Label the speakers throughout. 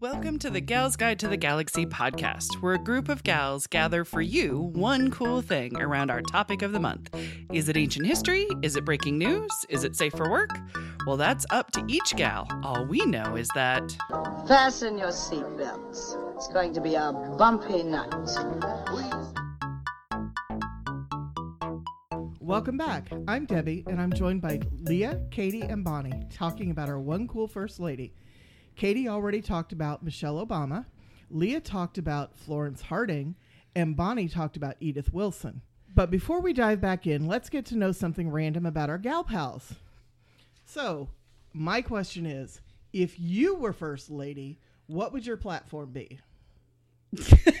Speaker 1: Welcome to the Gals Guide to the Galaxy podcast, where a group of gals gather for you one cool thing around our topic of the month. Is it ancient history? Is it breaking news? Is it safe for work? Well, that's up to each gal. All we know is that.
Speaker 2: Fasten your seatbelts. It's going to be a bumpy night.
Speaker 3: Welcome back. I'm Debbie, and I'm joined by Leah, Katie, and Bonnie, talking about our one cool first lady. Katie already talked about Michelle Obama, Leah talked about Florence Harding, and Bonnie talked about Edith Wilson. But before we dive back in, let's get to know something random about our gal pals. So, my question is if you were first lady, what would your platform be?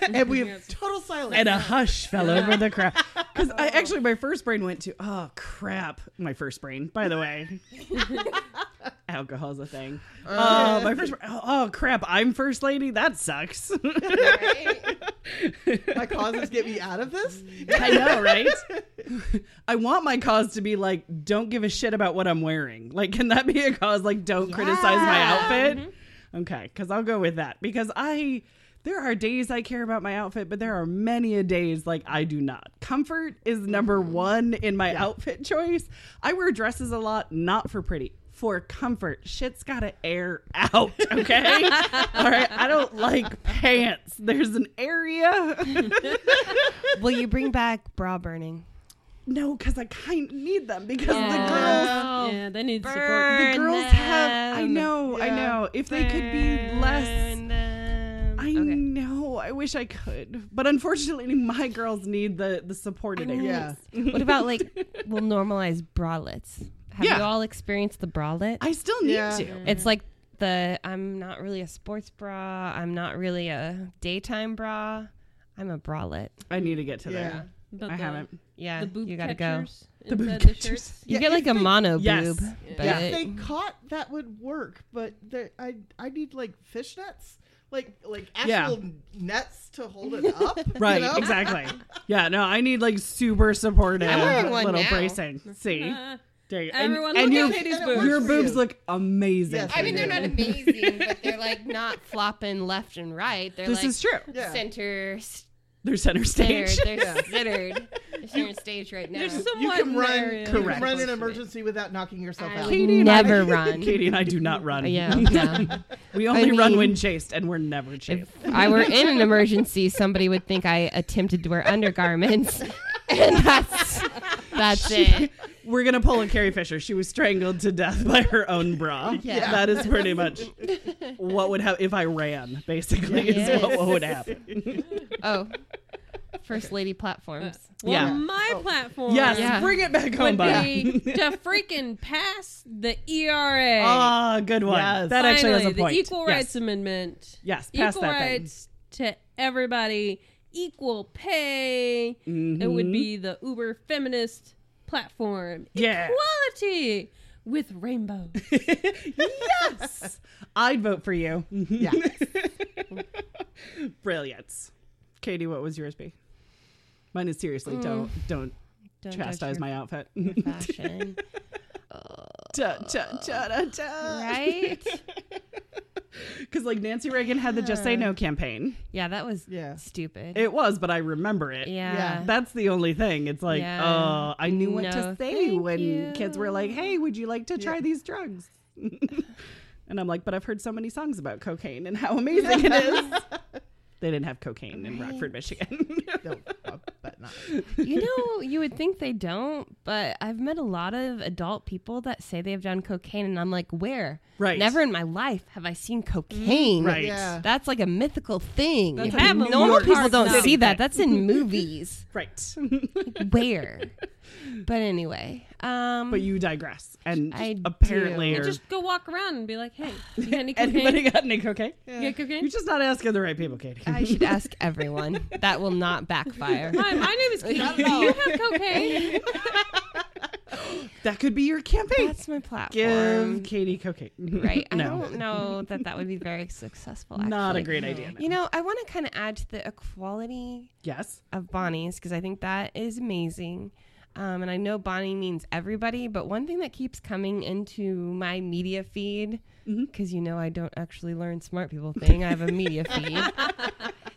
Speaker 3: and we have total silence.
Speaker 4: and a hush fell over the crowd.
Speaker 1: Because I actually, my first brain went to, oh, crap. My first brain, by the way. Alcohol's a thing.
Speaker 4: Uh,
Speaker 1: Oh, my first. Oh, oh, crap. I'm first lady. That sucks.
Speaker 3: my causes get me out of this.
Speaker 1: I know, right? I want my cause to be like, don't give a shit about what I'm wearing. Like, can that be a cause? Like, don't criticize my outfit. Okay, because I'll go with that. Because I, there are days I care about my outfit, but there are many a days like I do not. Comfort is number one in my outfit choice. I wear dresses a lot, not for pretty. For comfort, shit's gotta air out, okay? All right, I don't like pants. There's an area.
Speaker 5: Will you bring back bra burning?
Speaker 1: No, because I kind of need them because
Speaker 5: Uh,
Speaker 6: Yeah, they need
Speaker 1: the girls, the
Speaker 6: support.
Speaker 1: girls have. I know, I
Speaker 3: Yeah.
Speaker 1: know. If they could be less, I know. I wish I could, but unfortunately, my girls need the the supported area.
Speaker 3: Yeah.
Speaker 5: What about like we'll normalize bralettes? Have
Speaker 1: Yeah.
Speaker 5: you all experienced the bralette?
Speaker 1: I still need
Speaker 3: Yeah.
Speaker 1: to.
Speaker 5: it's like the I'm not really a sports bra. I'm not really a daytime bra. I'm a bralette.
Speaker 1: I need to get to
Speaker 3: Yeah.
Speaker 1: there.
Speaker 6: But
Speaker 1: I
Speaker 6: the-
Speaker 1: haven't.
Speaker 5: Yeah,
Speaker 6: The boob
Speaker 5: you gotta
Speaker 6: catchers
Speaker 1: The boob
Speaker 6: inside
Speaker 1: catchers.
Speaker 6: shirts.
Speaker 5: go. You
Speaker 3: Yeah,
Speaker 5: get like
Speaker 3: if
Speaker 5: a
Speaker 3: they-
Speaker 5: mono
Speaker 1: Yes.
Speaker 5: boob, but
Speaker 3: if they
Speaker 1: Mm-hmm.
Speaker 3: caught that would work but there, i i need like fishnets like like
Speaker 1: Yeah.
Speaker 3: actual nets to hold it up you
Speaker 1: Right,
Speaker 3: know?
Speaker 1: exactly. Yeah, no, I need like super supportive
Speaker 5: I'm wearing one
Speaker 1: little
Speaker 5: now.
Speaker 1: bracing. See,
Speaker 6: Uh,
Speaker 1: there you and-
Speaker 6: Everyone,
Speaker 1: and,
Speaker 6: look
Speaker 1: your,
Speaker 6: at Katie's
Speaker 3: and it
Speaker 6: boobs.
Speaker 3: works.
Speaker 1: your
Speaker 3: for
Speaker 1: boobs
Speaker 3: you.
Speaker 1: look amazing.
Speaker 3: Yes,
Speaker 5: I mean,
Speaker 3: they
Speaker 5: they're
Speaker 3: do.
Speaker 5: not amazing, but they're like not flopping left and right. They're
Speaker 1: This
Speaker 5: like
Speaker 1: is true.
Speaker 3: Yeah.
Speaker 5: center,
Speaker 1: They're center
Speaker 5: center.
Speaker 1: stage.
Speaker 5: They're centered. They're center stage right now.
Speaker 6: They're somewhat
Speaker 3: you can
Speaker 6: in
Speaker 3: run
Speaker 6: there,
Speaker 3: you
Speaker 6: yeah.
Speaker 3: can
Speaker 1: Correct.
Speaker 3: run an emergency without knocking yourself
Speaker 5: I
Speaker 3: out
Speaker 5: would
Speaker 1: Katie and I-
Speaker 5: never run.
Speaker 1: Katie and I do not run.
Speaker 5: Uh, Yeah, no.
Speaker 1: We only run
Speaker 5: mean-
Speaker 1: when chased, and we're never chased.
Speaker 5: I were in an emergency, somebody would think I attempted to wear undergarments, and that's that's it.
Speaker 1: We're gonna pull a Carrie Fisher. She was strangled to death by her own bra.
Speaker 5: Yeah.
Speaker 1: That is pretty much what would happen if I ran. Basically, is
Speaker 5: Yes.
Speaker 1: what, what would happen.
Speaker 5: Oh, first lady platforms.
Speaker 6: Well,
Speaker 1: Yeah.
Speaker 6: my platform.
Speaker 1: Yes,
Speaker 5: Yeah.
Speaker 1: bring it back home,
Speaker 6: Would
Speaker 1: buddy.
Speaker 6: be to freaking pass the ERA.
Speaker 1: Ah, good one.
Speaker 3: Yes.
Speaker 1: That actually
Speaker 6: Finally,
Speaker 1: has a point.
Speaker 6: The Equal
Speaker 1: Yes.
Speaker 6: Rights Amendment.
Speaker 1: Yes, pass
Speaker 6: equal
Speaker 1: that thing.
Speaker 6: rights to everybody. Equal pay. It would be the uber feminist platform.
Speaker 1: Mm-hmm. Yeah.
Speaker 6: Equality with rainbows.
Speaker 1: yes, I'd vote for you.
Speaker 3: yeah
Speaker 1: Brilliance. Katie, what was yours be? Mine is seriously
Speaker 6: Mm.
Speaker 1: don't don't
Speaker 5: Don't judge
Speaker 1: chastise
Speaker 5: your
Speaker 1: my outfit.
Speaker 5: fashion,
Speaker 1: Da, da, da, da, da.
Speaker 5: right?
Speaker 1: Because like Nancy Reagan had the "Just Say No" campaign.
Speaker 5: Yeah, that was
Speaker 3: Yeah.
Speaker 5: stupid.
Speaker 1: It was, but I remember it.
Speaker 5: yeah.
Speaker 1: That's the only thing. It's like,
Speaker 5: Yeah.
Speaker 1: oh, I knew what to
Speaker 5: No,
Speaker 1: say
Speaker 5: thank
Speaker 1: when
Speaker 5: you.
Speaker 1: kids were like, "Hey, would you like to try these drugs?" and I'm like, "But I've heard so many songs about cocaine and how amazing it is." they didn't have cocaine in Rockford, Michigan.
Speaker 3: no, I bet uh, not
Speaker 5: You know, you would think they don't, but I've met a lot of adult people that say they've done cocaine, and I'm like, where?
Speaker 1: Right.
Speaker 5: Never in my life have I seen cocaine.
Speaker 1: right?
Speaker 3: Yeah.
Speaker 5: That's like a mythical thing.
Speaker 1: That's
Speaker 6: like a New
Speaker 5: Normal
Speaker 6: York
Speaker 5: people
Speaker 6: hard
Speaker 5: don't
Speaker 6: knock.
Speaker 5: see that. That's in movies.
Speaker 1: Right.
Speaker 5: where? But anyway, um,
Speaker 1: but you digress, and
Speaker 5: I
Speaker 1: apparently,
Speaker 5: do.
Speaker 1: are-
Speaker 6: Just go walk around and be like, hey, you got any cocaine?
Speaker 1: anybody got any cocaine?
Speaker 6: You got cocaine?
Speaker 1: You're just not asking the right people, Katie.
Speaker 5: I should ask everyone. that will not backfire.
Speaker 6: Hi, my name is Katie. Do you have cocaine?
Speaker 1: that could be your campaign.
Speaker 5: That's my platform.
Speaker 1: Give Katie cocaine.
Speaker 5: Right. I
Speaker 1: no,
Speaker 5: don't know that that would be very successful. Actually.
Speaker 1: not a great idea. no.
Speaker 5: You know, I want to kind of add to the equality
Speaker 1: yes.
Speaker 5: of Bonnie's because I think that is amazing. Um, and I know Bonnie means everybody, but one thing that keeps coming into my media feed
Speaker 1: Mm-hmm.
Speaker 5: because you know I don't actually learn smart people thing. I have a media feed.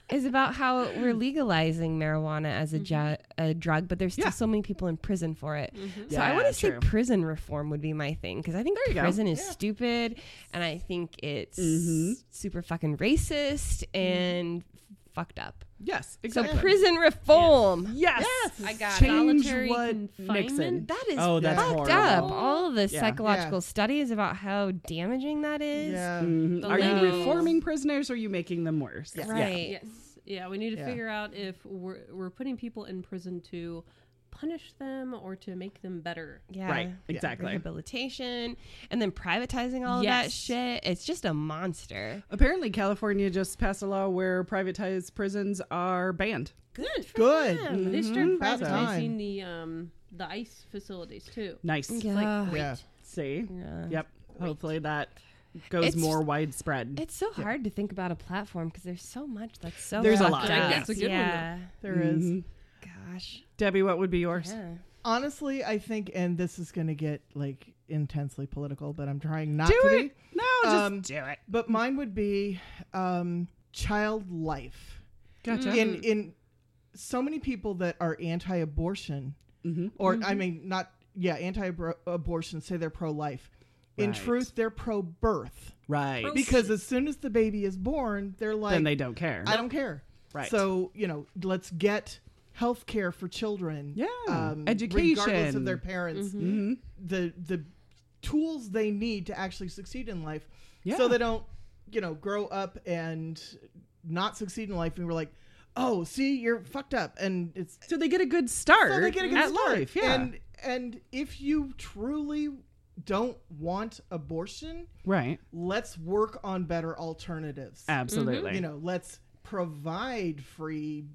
Speaker 5: Is about how we're legalizing marijuana as a, ju- a drug, but there's still
Speaker 1: Mm-hmm. Yeah.
Speaker 5: so many people in prison for it. So I
Speaker 1: Yeah,
Speaker 5: want to say
Speaker 1: true.
Speaker 5: prison reform would be my thing because I think
Speaker 1: you go.
Speaker 5: prison is stupid, and I think it's
Speaker 1: Mm-hmm.
Speaker 5: super fucking racist and fucked up.
Speaker 1: Yes,
Speaker 5: So
Speaker 1: exactly.
Speaker 5: prison reform.
Speaker 1: Yes.
Speaker 5: I got it.
Speaker 1: Change
Speaker 6: Solitary
Speaker 1: what
Speaker 6: confinement?
Speaker 1: Nixon.
Speaker 5: That is
Speaker 1: oh, that's
Speaker 5: fucked
Speaker 1: horrible.
Speaker 5: up. All of the
Speaker 1: Yeah.
Speaker 5: psychological
Speaker 3: Yeah.
Speaker 5: studies about how damaging that is.
Speaker 3: Yeah.
Speaker 1: Mhm.
Speaker 5: Mm-hmm.
Speaker 6: The
Speaker 1: Are you
Speaker 6: labels.
Speaker 1: reforming prisoners or are you making them worse? Yeah.
Speaker 5: Right.
Speaker 6: Yes. Yeah, we need to
Speaker 3: Yeah.
Speaker 6: figure out if we're, we're putting people in prison to punish them or to make them better.
Speaker 5: Yeah.
Speaker 1: Right. Exactly.
Speaker 5: Rehabilitation and then privatizing all of that
Speaker 6: Yes.
Speaker 5: shit. It's just a monster.
Speaker 1: Apparently, California just passed a law where privatized prisons are banned.
Speaker 6: Good. For
Speaker 3: Good.
Speaker 6: Them. They started
Speaker 3: About time.
Speaker 6: privatizing the um the ICE facilities too.
Speaker 1: Nice.
Speaker 5: Yeah.
Speaker 3: Yeah.
Speaker 1: See?
Speaker 5: Yeah.
Speaker 1: Yep. Hopefully that goes
Speaker 5: It's-
Speaker 1: more widespread.
Speaker 5: It's so hard to think about a platform because there's so much that's so
Speaker 1: There's a
Speaker 5: fucked
Speaker 1: lot.
Speaker 5: up.
Speaker 1: Yeah,
Speaker 6: that's a good one, though.
Speaker 5: yeah.
Speaker 3: There is.
Speaker 1: Mm-hmm.
Speaker 5: Gosh.
Speaker 1: Debbie, what would be yours?
Speaker 5: Yeah.
Speaker 3: Honestly, I think, and this is going to get like intensely political, but I'm trying not
Speaker 1: Do
Speaker 3: to
Speaker 1: it.
Speaker 3: be.
Speaker 1: No, just
Speaker 3: Um,
Speaker 1: do it.
Speaker 3: But mine would be um, child life.
Speaker 1: Gotcha. Mm.
Speaker 3: in in so many people that are anti-abortion
Speaker 1: Mm-hmm.
Speaker 3: or i mean not yeah anti-abortion say they're pro-life in
Speaker 1: Right.
Speaker 3: truth they're pro-birth
Speaker 1: right.
Speaker 6: Pro-
Speaker 3: because as soon as the baby is born they're like
Speaker 1: then they don't care.
Speaker 3: i don't care
Speaker 1: Right.
Speaker 3: so you know let's get health care for children um,
Speaker 1: Yeah.
Speaker 3: regardless
Speaker 1: Education. Mm-hmm.
Speaker 3: of their parents the the tools they need to actually succeed in life
Speaker 1: Yeah.
Speaker 3: so they don't you know grow up and not succeed in life and we're like oh see you're fucked up and it's
Speaker 1: so they get a good start
Speaker 3: so they get a good
Speaker 1: at
Speaker 3: start.
Speaker 1: life. Yeah.
Speaker 3: and and if you truly don't want abortion
Speaker 1: right.
Speaker 3: let's work on better alternatives
Speaker 1: Absolutely.
Speaker 3: you know let's provide free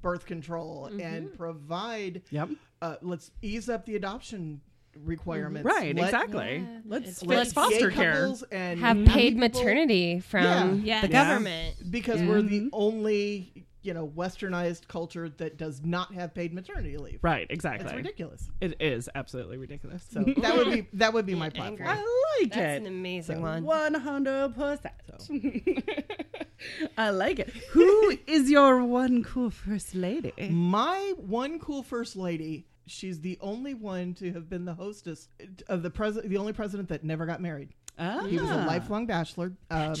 Speaker 3: birth control and provide
Speaker 1: Mm-hmm. Yep.
Speaker 3: uh, let's ease up the adoption requirements
Speaker 1: Right,
Speaker 3: Let-
Speaker 1: exactly. Let's
Speaker 3: let
Speaker 1: fix
Speaker 3: gay
Speaker 1: foster care.
Speaker 3: couples and
Speaker 5: Have
Speaker 3: happy
Speaker 5: paid
Speaker 3: people-
Speaker 5: maternity from Mm-hmm.
Speaker 6: Yeah.
Speaker 5: the
Speaker 6: Yeah.
Speaker 5: government.
Speaker 3: because we're the only you know westernized culture that does not have paid maternity leave
Speaker 1: Right, exactly.
Speaker 3: it's ridiculous
Speaker 1: It is absolutely ridiculous.
Speaker 3: so that would be that would be my platform
Speaker 1: I like
Speaker 5: That's an
Speaker 1: it.
Speaker 5: amazing one.
Speaker 1: One hundred percent. I like it. Who is your one cool first lady?
Speaker 3: my one cool first lady she's the only one to have been the hostess of the president the only president that never got married
Speaker 1: Ah,
Speaker 3: he was a lifelong bachelor um,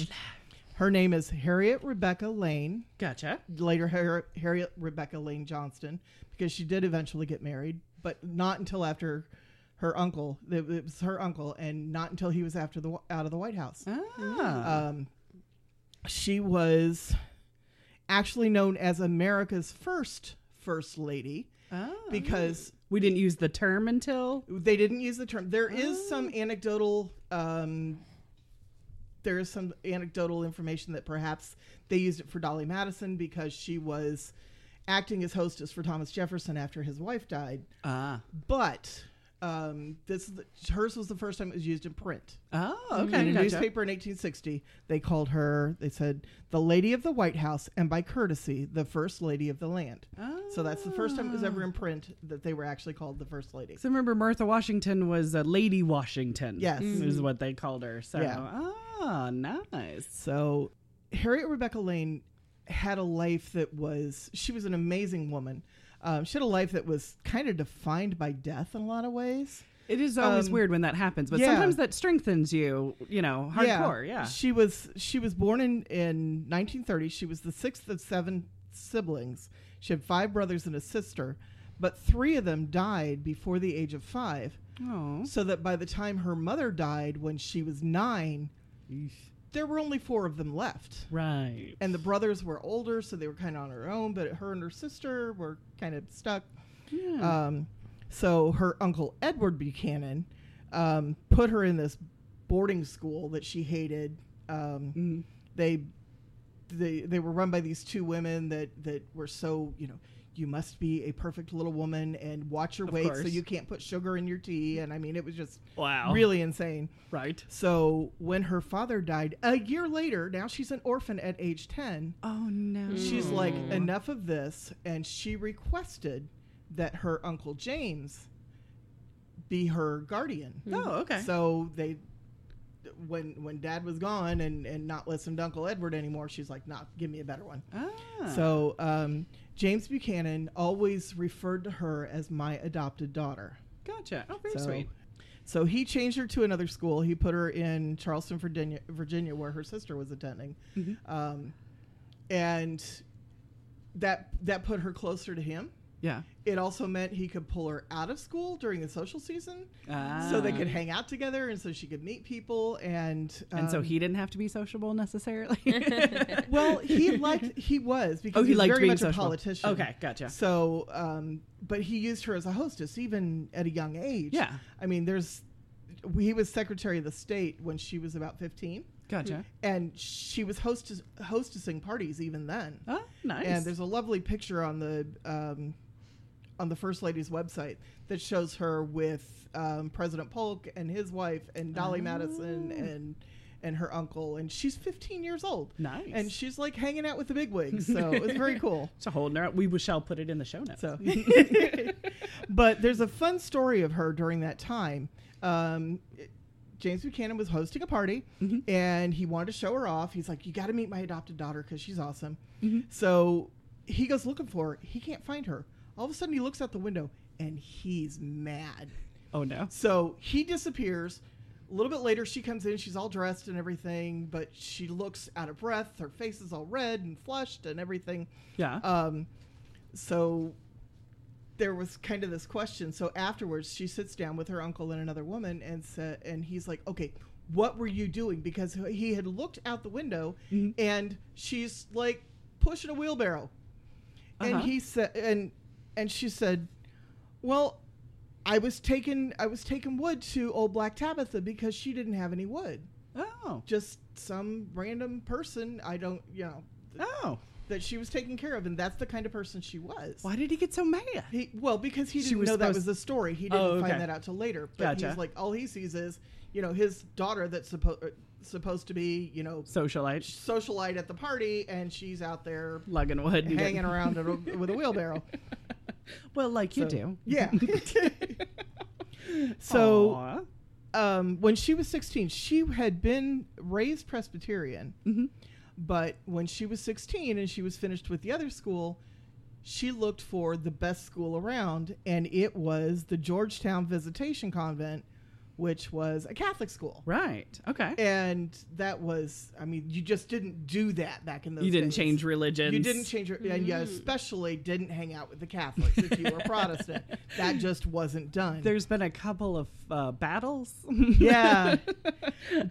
Speaker 3: her name is harriet rebecca lane
Speaker 1: Gotcha.
Speaker 3: later Har- Harriet Rebecca Lane Johnston because she did eventually get married, but not until after her uncle. It it was her uncle, and not until he was after the Wh- out of the White House.
Speaker 1: Ah,
Speaker 3: Um, she was actually known as America's first first lady
Speaker 1: ah.
Speaker 3: because
Speaker 1: we didn't use the term until
Speaker 3: they didn't use the term. There is some
Speaker 1: Oh.
Speaker 3: anecdotal. Um, there is some anecdotal information that perhaps they used it for Dolly Madison because she was acting as hostess for Thomas Jefferson after his wife died.
Speaker 1: ah.
Speaker 3: But um, this is the- hers was the first time it was used in print.
Speaker 1: Oh, okay.
Speaker 3: In a
Speaker 1: Gotcha.
Speaker 3: newspaper in 1860, they called her. They said the Lady of the White House, and by courtesy, the First Lady of the land. So that's the first time it was ever
Speaker 1: Ah.
Speaker 3: in print that they were actually called the First Lady.
Speaker 1: So remember, Martha Washington was a Lady Washington.
Speaker 3: Yes. Mm-hmm.
Speaker 1: is what they called her. So,
Speaker 3: Yeah.
Speaker 1: ah, nice.
Speaker 3: So Harriet Rebecca Lane had a life that was she was an amazing woman. Um, she had a life that was kind of defined by death in a lot of ways.
Speaker 1: It is always
Speaker 3: Um,
Speaker 1: weird when that happens, but
Speaker 3: yeah.
Speaker 1: sometimes that strengthens you. You know, hardcore. Yeah.
Speaker 3: She was she was born in in 1930. She was the sixth of seven siblings. She had five brothers and a sister, but three of them died before the age of five.
Speaker 1: Oh,
Speaker 3: So that by the time her mother died when she was nine, there were only four of them left.
Speaker 1: right.
Speaker 3: and the brothers were older, so they were kind of on her own. But her and her sister were kind of stuck.
Speaker 1: Mm.
Speaker 3: Um, so her uncle Edward Buchanan um, put her in this boarding school that she hated. Um,
Speaker 1: Mm.
Speaker 3: They they they were run by these two women that that were so you know you must be a perfect little woman and watch your weight so
Speaker 1: course.
Speaker 3: you can't put sugar in your tea. And I mean, it was just
Speaker 1: Wow.
Speaker 3: really insane.
Speaker 1: Right.
Speaker 3: So when her father died a year later, now she's an orphan at age 10.
Speaker 1: Oh no.
Speaker 3: She's like,
Speaker 1: Mm.
Speaker 3: enough of this. And she requested that her Uncle James be her guardian.
Speaker 1: Hmm. Oh, okay.
Speaker 3: So they when when Dad was gone and and not listen to Uncle Edward anymore, she's like, "Nah, give me a better one."
Speaker 1: Ah.
Speaker 3: So um, James Buchanan always referred to her as my adopted daughter.
Speaker 1: gotcha. Oh, very
Speaker 3: so,
Speaker 1: sweet.
Speaker 3: So he changed her to another school. He put her in Charleston, Virginia, Virginia where her sister was attending,
Speaker 1: Mm-hmm.
Speaker 3: um, and that that put her closer to him.
Speaker 1: Yeah.
Speaker 3: It also meant he could pull her out of school during the social season,
Speaker 1: Ah.
Speaker 3: so they could hang out together, and so she could meet people. And
Speaker 1: and so
Speaker 3: um,
Speaker 1: he didn't have to be sociable necessarily.
Speaker 3: well, he liked he was because
Speaker 1: Oh, he
Speaker 3: he, was
Speaker 1: liked
Speaker 3: very
Speaker 1: being
Speaker 3: much a
Speaker 1: sociable.
Speaker 3: politician.
Speaker 1: Okay, gotcha.
Speaker 3: So, um, but he used her as a hostess even at a young age.
Speaker 1: Yeah.
Speaker 3: I mean, there's he was Secretary of the State when she was about fifteen,
Speaker 1: gotcha.
Speaker 3: and she was hostess hostessing parties even then.
Speaker 1: Oh, nice.
Speaker 3: And there's a lovely picture on the um, on the first lady's website that shows her with um, President Polk and his wife and Dolly
Speaker 1: Ah.
Speaker 3: Madison and and her uncle, and she's 15 years old.
Speaker 1: Nice.
Speaker 3: And she's like hanging out with the bigwigs, so it was very cool.
Speaker 1: so holding her up. We shall put it in the show notes.
Speaker 3: So, but there's a fun story of her during that time. Um, it- James Buchanan was hosting a party, and he wanted to show her off. He's like, "You got to meet my adopted daughter because she's awesome." So he goes looking for her. He can't find her. All of a sudden, he looks out the window, and he's mad.
Speaker 1: oh
Speaker 3: uh,
Speaker 1: no.
Speaker 3: So he disappears. A little bit later, she comes in. She's all dressed and everything, but she looks out of breath. Her face is all red and flushed and everything.
Speaker 1: Yeah.
Speaker 3: Um, so there was kind of this question. So afterwards, she sits down with her uncle and another woman, and sa- and he's like, "Okay, what were you doing?" Because he had looked out the window, and she's like pushing a wheelbarrow, and
Speaker 1: Uh-huh.
Speaker 3: he said, and and she said, "Well." I was taking I was taking wood to old Black Tabitha because she didn't have any wood.
Speaker 1: oh.
Speaker 3: Just some random person I don't you know
Speaker 1: Oh.
Speaker 3: that she was taken care of, and that's the kind of person she was.
Speaker 1: Why did he get so mad?
Speaker 3: He, well, because he
Speaker 1: She
Speaker 3: didn't
Speaker 1: was
Speaker 3: know that
Speaker 1: supposed-
Speaker 3: was the story. He didn't
Speaker 1: Oh, okay.
Speaker 3: find that out till later. But he's
Speaker 1: Gotcha.
Speaker 3: like, all he sees is, you know, his daughter that's supposed supposed to be, you know,
Speaker 1: Socialite,
Speaker 3: socialite at the party, and she's out there
Speaker 1: lugging wood, and
Speaker 3: hanging
Speaker 1: getting-
Speaker 3: around at a- with a wheelbarrow.
Speaker 1: Well, like you do.
Speaker 3: Yeah. so
Speaker 1: Aw.
Speaker 3: um, when she was 16, she had been raised Presbyterian.
Speaker 1: Mm-hmm.
Speaker 3: But when she was 16 and she was finished with the other school, she looked for the best school around, and it was the Georgetown Visitation Convent, which was a Catholic school.
Speaker 1: right. Okay.
Speaker 3: And that was, I mean, you just didn't do that back in those
Speaker 1: You didn't
Speaker 3: days.
Speaker 1: change religions. Mm-hmm.
Speaker 3: You didn't change your, and you especially didn't hang out with the Catholics if you were Protestant. That just wasn't done.
Speaker 1: There's been a couple of uh, battles.
Speaker 3: yeah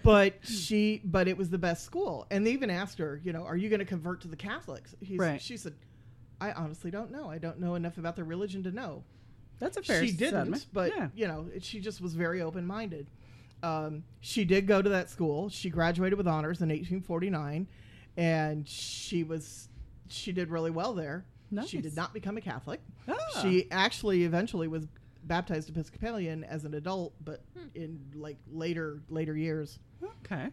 Speaker 3: but she but it was the best school and they even asked her you know are you going to convert to the catholics He's,
Speaker 1: Right.
Speaker 3: she said i honestly don't know i don't know enough about their religion to know
Speaker 1: That's a fair
Speaker 3: she didn't
Speaker 1: statement.
Speaker 3: but
Speaker 1: yeah.
Speaker 3: you know it- she just was very open-minded um, she did go to that school she graduated with honors in 1849 and she was she did really well there she
Speaker 1: Nice.
Speaker 3: did not become a catholic
Speaker 1: Ah.
Speaker 3: she actually eventually was baptized episcopalian as an adult but in like later later years
Speaker 1: Hmm. Okay.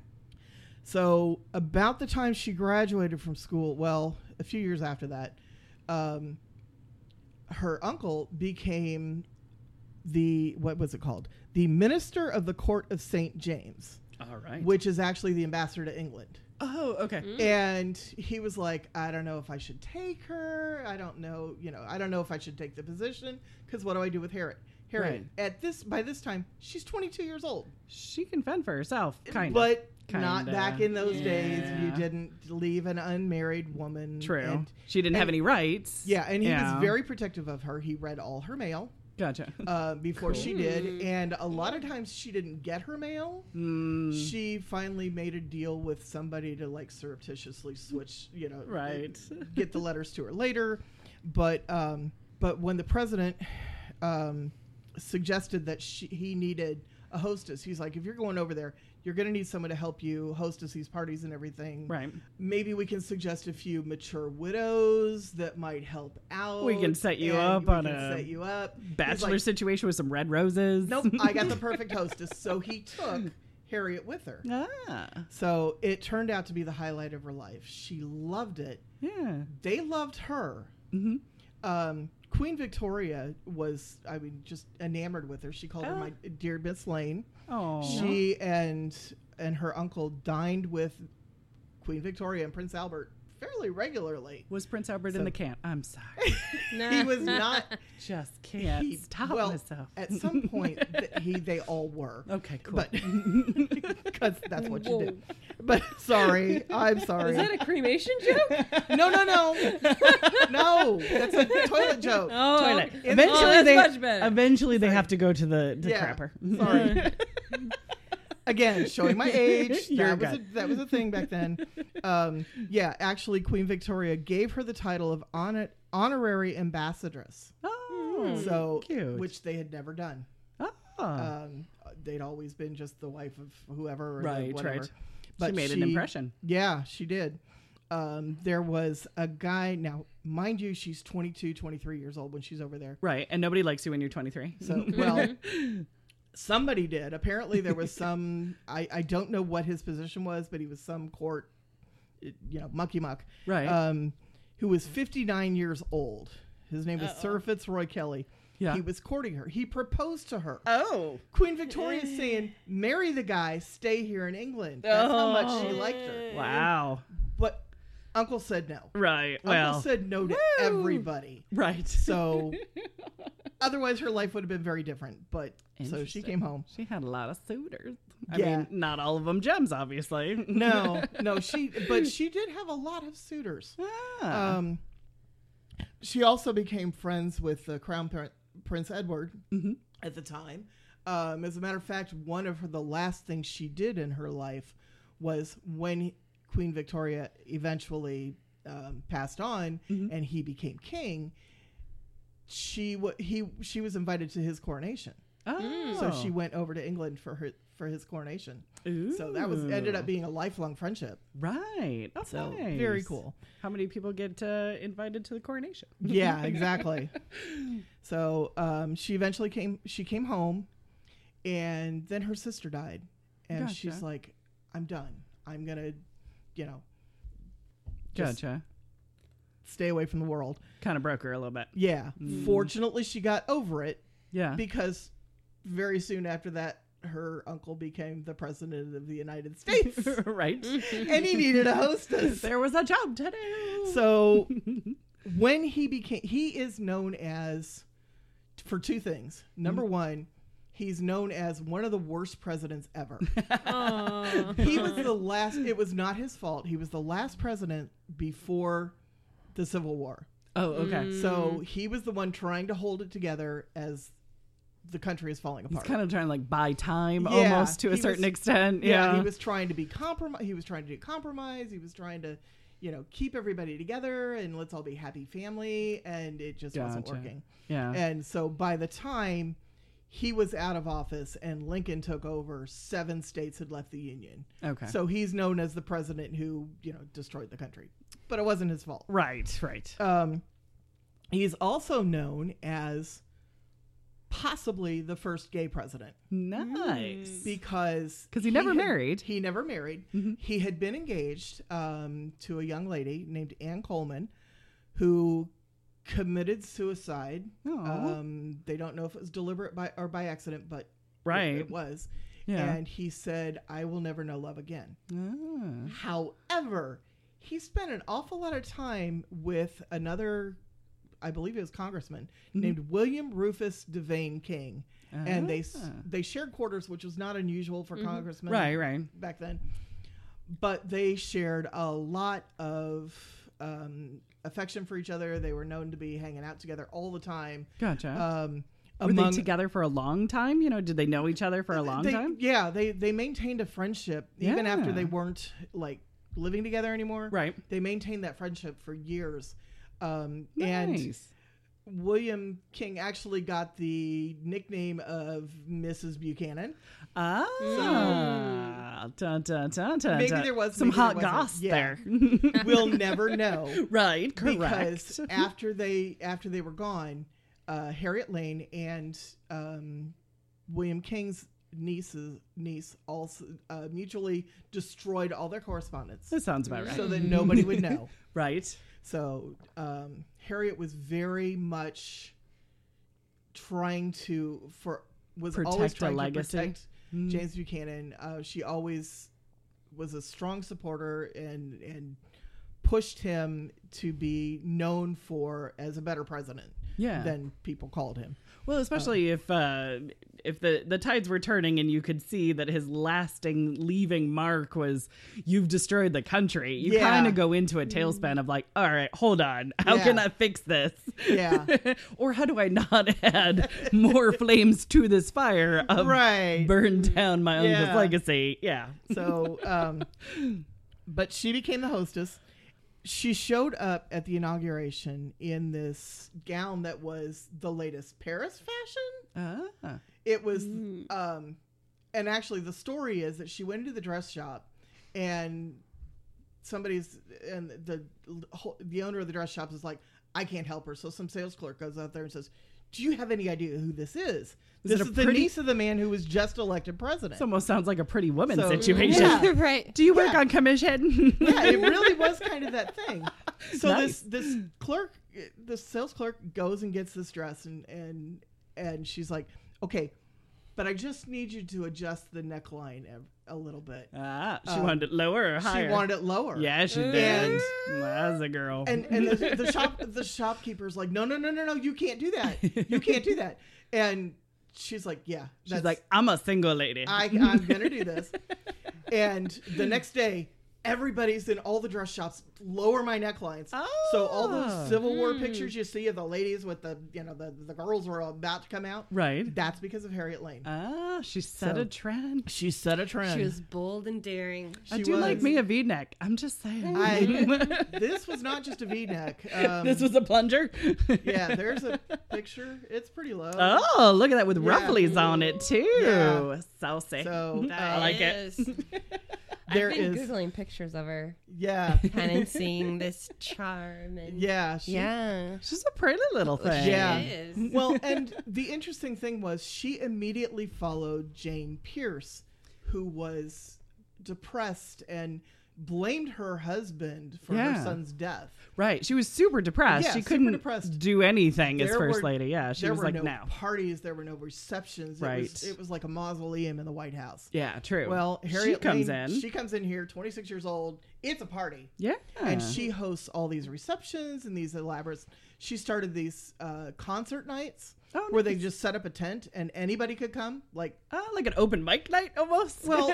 Speaker 3: so about the time she graduated from school, well, a few years after that, um, her uncle became the what was it called? The minister of the court of Saint James,
Speaker 1: All right.
Speaker 3: which is actually the ambassador to England.
Speaker 1: oh, okay.
Speaker 3: And he was like, I don't know if I should take her. I don't know, you know, I don't know if I should take the position because what do I do with Harriet? Harriet
Speaker 1: Right.
Speaker 3: at this by this time, she's 22 years old.
Speaker 1: She can fend for herself, kind of.
Speaker 3: But not
Speaker 1: Kinda.
Speaker 3: back in those days. You
Speaker 1: Yeah.
Speaker 3: didn't leave an unmarried woman.
Speaker 1: True.
Speaker 3: And,
Speaker 1: she didn't have
Speaker 3: and-
Speaker 1: any rights.
Speaker 3: yeah, and he
Speaker 1: Yeah.
Speaker 3: was very protective of her. He read all her mail
Speaker 1: Gotcha.
Speaker 3: uh, before she did, and a lot of times she didn't get her mail.
Speaker 1: Mm,
Speaker 3: She finally made a deal with somebody to like surreptitiously switch, you know,
Speaker 1: Right.
Speaker 3: get the letters to her later. But um, but when the president um, suggested that she, he needed a hostess, he's like, if you're going over there, you're going to need someone to help you hostess these parties and everything.
Speaker 1: right.
Speaker 3: Maybe we can suggest a few mature widows that might help out.
Speaker 1: We can set you
Speaker 3: and
Speaker 1: up
Speaker 3: we
Speaker 1: on
Speaker 3: can
Speaker 1: a
Speaker 3: set you up. He's
Speaker 1: Bachelor
Speaker 3: like,
Speaker 1: situation with some red roses.
Speaker 3: nope, Oh, I got the perfect hostess. So he took Harriet with her.
Speaker 1: ah.
Speaker 3: So it turned out to be the highlight of her life. She loved it.
Speaker 1: Yeah.
Speaker 3: They loved her.
Speaker 1: Mhm.
Speaker 3: Um, Queen Victoria was, I
Speaker 1: Ah.
Speaker 3: mean, just enamored with her. She called her
Speaker 1: Oh.
Speaker 3: my dear Miss Lane.
Speaker 1: Oh.
Speaker 3: She and and her uncle dined with Queen Victoria and Prince Albert fairly regularly.
Speaker 1: Was Prince Albert
Speaker 3: So-
Speaker 1: in the camp? I'm sorry.
Speaker 3: He was not.
Speaker 1: Just can't
Speaker 3: he-
Speaker 1: stop
Speaker 3: well,
Speaker 1: myself.
Speaker 3: At some point, th- he they all were.
Speaker 1: Okay, cool.
Speaker 3: But because that's what you do.
Speaker 6: Whoa.
Speaker 3: But sorry, I'm sorry.
Speaker 6: Is that a cremation joke?
Speaker 3: no, no, no, no. That's a toilet joke.
Speaker 6: Oh,
Speaker 1: Toilet.
Speaker 6: okay.
Speaker 1: Eventually
Speaker 6: Oh, that's
Speaker 1: they
Speaker 6: much better.
Speaker 1: eventually they have to go to the, the
Speaker 3: Yeah. Hmm.
Speaker 1: crapper.
Speaker 3: Sorry. Again, showing my age.
Speaker 1: You're
Speaker 3: That was, a,
Speaker 1: good.
Speaker 3: that was a thing back then. Um, yeah, actually, Queen Victoria gave her the title of honor, honorary ambassadress.
Speaker 1: Oh,
Speaker 3: so,
Speaker 1: cute.
Speaker 3: which they had never done.
Speaker 1: oh.
Speaker 3: Um, they'd always been just the wife of whoever. Or the
Speaker 1: Right,
Speaker 3: whatever.
Speaker 1: right. she made an impression.
Speaker 3: Yeah, she did. Um, there was a guy. Now, mind you, she's 22, 23 years old when she's over there.
Speaker 1: Right. And nobody likes you when you're 23.
Speaker 3: So, well, somebody did. Apparently, there was some. I, I don't know what his position was, but he was some court, you know, mucky muck.
Speaker 1: Right.
Speaker 3: Um, who was 59 years old. His name was Sir Fitzroy Kelly.
Speaker 1: Yeah.
Speaker 3: He was courting her. He proposed to her.
Speaker 1: oh.
Speaker 3: Queen Victoria's saying, "Marry the guy, stay here in England." That's how much she liked her.
Speaker 1: Oh. Wow.
Speaker 3: But Uncle said no.
Speaker 1: Right.
Speaker 3: Uncle
Speaker 1: Well,
Speaker 3: said no to everybody.
Speaker 1: right.
Speaker 3: So otherwise her life would have been very different. But so she
Speaker 1: Interesting.
Speaker 3: came home.
Speaker 1: She had a lot of suitors. I
Speaker 3: Yeah.
Speaker 1: mean, not all of them gems, obviously.
Speaker 3: No, no, she but she did have a lot of suitors.
Speaker 1: Ah.
Speaker 3: Um she also became friends with the crown prin- prince Edward
Speaker 1: Mm-hmm.
Speaker 3: at the time. Um, as a matter of fact, one of her, the last things she did in her life was when Queen Victoria eventually um, passed on
Speaker 1: Mm-hmm.
Speaker 3: and he became king. She wa he she was invited to his coronation,
Speaker 1: oh.
Speaker 3: so she went over to England for her for his coronation. So that was ended up being a lifelong friendship.
Speaker 1: Right. That's
Speaker 3: So
Speaker 1: nice.
Speaker 3: very cool.
Speaker 1: How many people get uh, invited to the coronation?
Speaker 3: yeah exactly so um, she eventually came she came home and then her sister died and
Speaker 1: Gotcha.
Speaker 3: she's like i'm done i'm gonna you know Just-
Speaker 1: Gotcha.
Speaker 3: stay away from the world
Speaker 1: Kind of broke her a little bit.
Speaker 3: yeah
Speaker 1: Mm.
Speaker 3: fortunately she got over it
Speaker 1: Yeah.
Speaker 3: because very soon after that her uncle became the president of the united states
Speaker 1: right.
Speaker 3: and he needed Mm, a hostess
Speaker 1: there was a job to do.
Speaker 3: so when he became he is known as for two things
Speaker 1: Mm.
Speaker 3: number one he's known as one of the worst presidents ever
Speaker 6: Aw.
Speaker 3: he was the last it was not his fault he was the last president before the civil war
Speaker 1: Oh, okay.
Speaker 3: so he was the one trying to hold it together as the country is falling
Speaker 1: He's
Speaker 3: apart
Speaker 1: kind of trying to like buy time
Speaker 3: Yeah,
Speaker 1: almost to a
Speaker 3: he
Speaker 1: certain
Speaker 3: was-
Speaker 1: extent.
Speaker 3: yeah.
Speaker 1: Yeah.
Speaker 3: he was trying to be compromise. He was trying to do compromise. He was trying to, you know, keep everybody together and let's all be happy family. And it just wasn't
Speaker 1: Gotcha.
Speaker 3: working.
Speaker 1: yeah.
Speaker 3: And so by the time he was out of office and Lincoln took over, seven states had left the Union.
Speaker 1: okay.
Speaker 3: So he's known as the president who, you know, destroyed the country. But it wasn't his fault.
Speaker 1: right, right.
Speaker 3: Um, he's also known as possibly the first gay president mm.
Speaker 1: nice.
Speaker 3: because
Speaker 1: 'Cause he never
Speaker 3: had-
Speaker 1: married. Mm-hmm.
Speaker 3: He never married. He had been engaged um, to a young lady named Ann Coleman, who committed suicide.
Speaker 1: Aw.
Speaker 3: Um, they don't know if it was deliberate by or by accident, but it-
Speaker 1: Right.
Speaker 3: it, was.
Speaker 1: Yeah.
Speaker 3: And he said, "I will never know love again."
Speaker 1: Ah.
Speaker 3: However, he spent an awful lot of time with another, I believe it was congressman
Speaker 1: Mm-hmm.
Speaker 3: named William Rufus Devane King, and they s-
Speaker 1: Ah. Mm-hmm.
Speaker 3: they shared quarters, which was not unusual for congressmen
Speaker 1: Right, right.
Speaker 3: back then. But they shared a lot of um, affection for each other. They were known to be hanging out together all the time.
Speaker 1: Gotcha.
Speaker 3: Um,
Speaker 1: Were
Speaker 3: among- Uh,
Speaker 1: they together for a long time? You know, did they know each other for a long
Speaker 3: they-
Speaker 1: time?
Speaker 3: Yeah, they they maintained a friendship even after
Speaker 1: Yeah.
Speaker 3: they weren't like living together anymore.
Speaker 1: Right.
Speaker 3: They maintained that friendship for years. Um, And
Speaker 1: Nice.
Speaker 3: William King actually got the nickname of Mrs. Buchanan.
Speaker 1: ah. Dun, dun, dun, dun,
Speaker 3: Mm. Maybe
Speaker 1: dun.
Speaker 3: there was,
Speaker 1: uh, some
Speaker 3: maybe there
Speaker 1: hot
Speaker 3: wasn't.
Speaker 1: goss
Speaker 3: Yeah.
Speaker 1: there.
Speaker 3: We'll never know.
Speaker 1: right, correct.
Speaker 3: Because after they after they were gone, uh, Harriet Lane and um, William King's nieces niece also uh, mutually destroyed all their correspondence.
Speaker 1: that sounds about right.
Speaker 3: so that nobody would know.
Speaker 1: right.
Speaker 3: So um, Harriet was very much trying to for was always
Speaker 1: Protect a
Speaker 3: trying
Speaker 1: legacy. Hmm.
Speaker 3: to protect James Buchanan. Uh, she always was a strong supporter and and pushed him to be known for as a better president
Speaker 1: Yeah.
Speaker 3: than people called him.
Speaker 1: Well,
Speaker 3: Um,
Speaker 1: especially if uh, if the the tides were turning and you could see that his lasting leaving mark was you've destroyed the country. You
Speaker 3: Yeah.
Speaker 1: kind of go into a tailspin of like, all right, hold on, how
Speaker 3: Yeah.
Speaker 1: can I fix this?
Speaker 3: Yeah.
Speaker 1: or how do I not add more flames to this fire of
Speaker 3: right.
Speaker 1: burn down my
Speaker 3: Yeah.
Speaker 1: uncle's legacy? Yeah.
Speaker 3: So, um, but she became the hostess. She showed up at the inauguration in this gown that was the latest Paris fashion.
Speaker 1: Ah.
Speaker 3: It was, um, and actually, the story is that she went into the dress shop and somebody's, and the, the owner of the dress shop is like, I can't help her. So some sales clerk goes out there and says, Do you have any idea who this is?
Speaker 1: Is it
Speaker 3: This
Speaker 1: a
Speaker 3: is the
Speaker 1: pretty-
Speaker 3: niece of the man who was just elected president.
Speaker 1: This almost sounds like a pretty woman
Speaker 3: So-
Speaker 1: situation.
Speaker 3: Yeah.
Speaker 5: right.
Speaker 1: Do you work
Speaker 3: Yeah.
Speaker 1: on commission?
Speaker 3: yeah, it really was kind of that thing. So this
Speaker 1: Nice.
Speaker 3: this clerk, the sales clerk, goes and gets this dress, and and and she's like, okay, but I just need you to adjust the neckline a, a little bit.
Speaker 1: ah, she
Speaker 3: Um,
Speaker 1: wanted it lower or higher.
Speaker 3: She wanted it lower.
Speaker 1: Yeah, she did.
Speaker 3: And-
Speaker 1: That's a girl.
Speaker 3: And and the, the shop the shopkeeper's like, no no no no no, you can't do that. You can't do that. And she's like, yeah.
Speaker 1: she's like, I'm a single lady.
Speaker 3: I, I'm gonna do this. And the next day, everybody's in all the dress shops lower my necklines. So all
Speaker 1: Ah.
Speaker 3: those Civil War pictures you see of the ladies with the you know the the girls were about to come out.
Speaker 1: right.
Speaker 3: That's because of Harriet Lane.
Speaker 1: Ah, she set
Speaker 3: So-
Speaker 1: a trend.
Speaker 3: she set a
Speaker 6: Oh.
Speaker 3: trend.
Speaker 5: She was bold and daring.
Speaker 1: I do like me a V-neck. I'm just saying.
Speaker 3: I- This was not just a V-neck. Um,
Speaker 1: this was a plunger.
Speaker 3: yeah. There's a picture. It's pretty low.
Speaker 1: Oh, look at that with
Speaker 3: Yeah.
Speaker 1: rufflies on it too.
Speaker 3: Yeah.
Speaker 1: Saucy.
Speaker 3: So
Speaker 1: I
Speaker 3: uh,
Speaker 1: like it.
Speaker 3: there
Speaker 5: I've been
Speaker 3: is
Speaker 5: googling pictures of her,
Speaker 3: yeah
Speaker 5: kind of seeing this charm and
Speaker 3: yeah she-
Speaker 5: yeah.
Speaker 1: She's a pretty little thing.
Speaker 3: Yeah.
Speaker 5: It is.
Speaker 3: well, and the interesting thing was she immediately followed Jane Pierce, who was depressed and blamed her husband for
Speaker 1: Yeah.
Speaker 3: her son's death.
Speaker 1: Right. She was super depressed.
Speaker 3: Yeah,
Speaker 1: she
Speaker 3: super
Speaker 1: couldn't
Speaker 3: depressed.
Speaker 1: do anything as
Speaker 3: There
Speaker 1: first
Speaker 3: were-
Speaker 1: lady. Yeah. She
Speaker 3: there
Speaker 1: was
Speaker 3: were
Speaker 1: like,
Speaker 3: no
Speaker 1: no.
Speaker 3: parties, there were no receptions. It
Speaker 1: Right.
Speaker 3: was, it was like a mausoleum in the White House.
Speaker 1: Yeah, true.
Speaker 3: Well, Harriet
Speaker 1: she comes
Speaker 3: Lane,
Speaker 1: in.
Speaker 3: She comes in here, 26 years old. It's a party.
Speaker 1: yeah.
Speaker 3: and she hosts all these receptions and these elaborate. She started these uh, concert nights
Speaker 1: Oh,
Speaker 3: where they just set up a tent and anybody could come. Like,
Speaker 1: Ah, like an open mic night almost.
Speaker 3: well,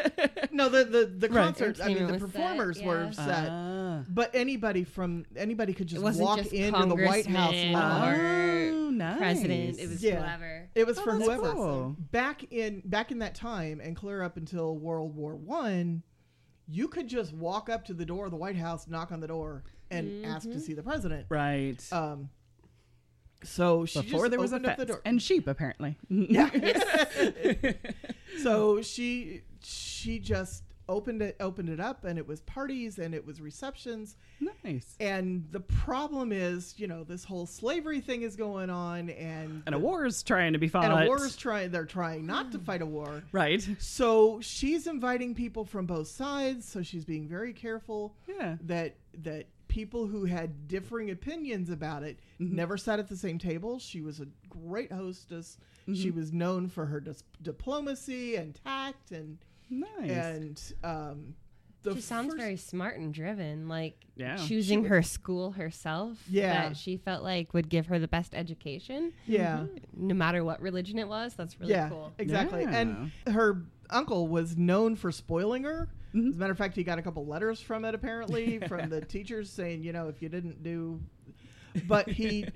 Speaker 3: no, the the the
Speaker 1: Right.
Speaker 3: concerts. I mean,
Speaker 5: Entertainment
Speaker 3: the
Speaker 5: was set,
Speaker 3: performers were
Speaker 5: yeah.
Speaker 3: set,
Speaker 1: Ah.
Speaker 3: but anybody from anybody could just
Speaker 5: It wasn't
Speaker 3: walk
Speaker 5: just
Speaker 3: into the White House.
Speaker 5: congressmen
Speaker 3: lawn.
Speaker 5: Or
Speaker 1: Oh, nice.
Speaker 5: president. It was
Speaker 3: Yeah.
Speaker 5: whoever.
Speaker 3: It was
Speaker 1: Oh,
Speaker 3: for
Speaker 1: that's
Speaker 3: whoever.
Speaker 1: cool.
Speaker 3: Back in back in that time and clear up until World War One, you could just walk up to the door of the White House, knock on the door, and ask to see the president.
Speaker 1: Mm-hmm. Right.
Speaker 3: Um, so she
Speaker 1: Before
Speaker 3: just
Speaker 1: there was a
Speaker 3: opened up
Speaker 1: fence
Speaker 3: the door.
Speaker 1: and sheep, apparently.
Speaker 3: so she she just opened it opened it up, and it was parties and it was receptions.
Speaker 1: nice.
Speaker 3: And the problem is, you know, this whole slavery thing is going on, and
Speaker 1: And Hmm. a war's trying to be fought.
Speaker 3: and a war is trying. They're trying not to fight a war.
Speaker 1: right.
Speaker 3: So she's inviting people from both sides. So she's being very careful
Speaker 1: Yeah.
Speaker 3: that that people who had differing opinions about it
Speaker 1: Mm-hmm.
Speaker 3: never sat at the same table. She was a great hostess. She
Speaker 1: Mm-hmm.
Speaker 3: was known for her dis- diplomacy and tact and
Speaker 1: Nice.
Speaker 3: and um, the
Speaker 5: She sounds
Speaker 3: first-
Speaker 5: very smart and driven, like
Speaker 1: Yeah.
Speaker 5: choosing her school herself
Speaker 3: Yeah.
Speaker 5: that she felt like would give her the best education,
Speaker 1: Mm-hmm.
Speaker 3: yeah
Speaker 5: no matter what religion it was. That's really
Speaker 3: yeah
Speaker 5: cool.
Speaker 3: exactly. And her uncle was known for spoiling her.
Speaker 1: Mm-hmm.
Speaker 3: As a matter of fact, he got a couple letters from it apparently from the teachers saying, you know, if you didn't do, but he,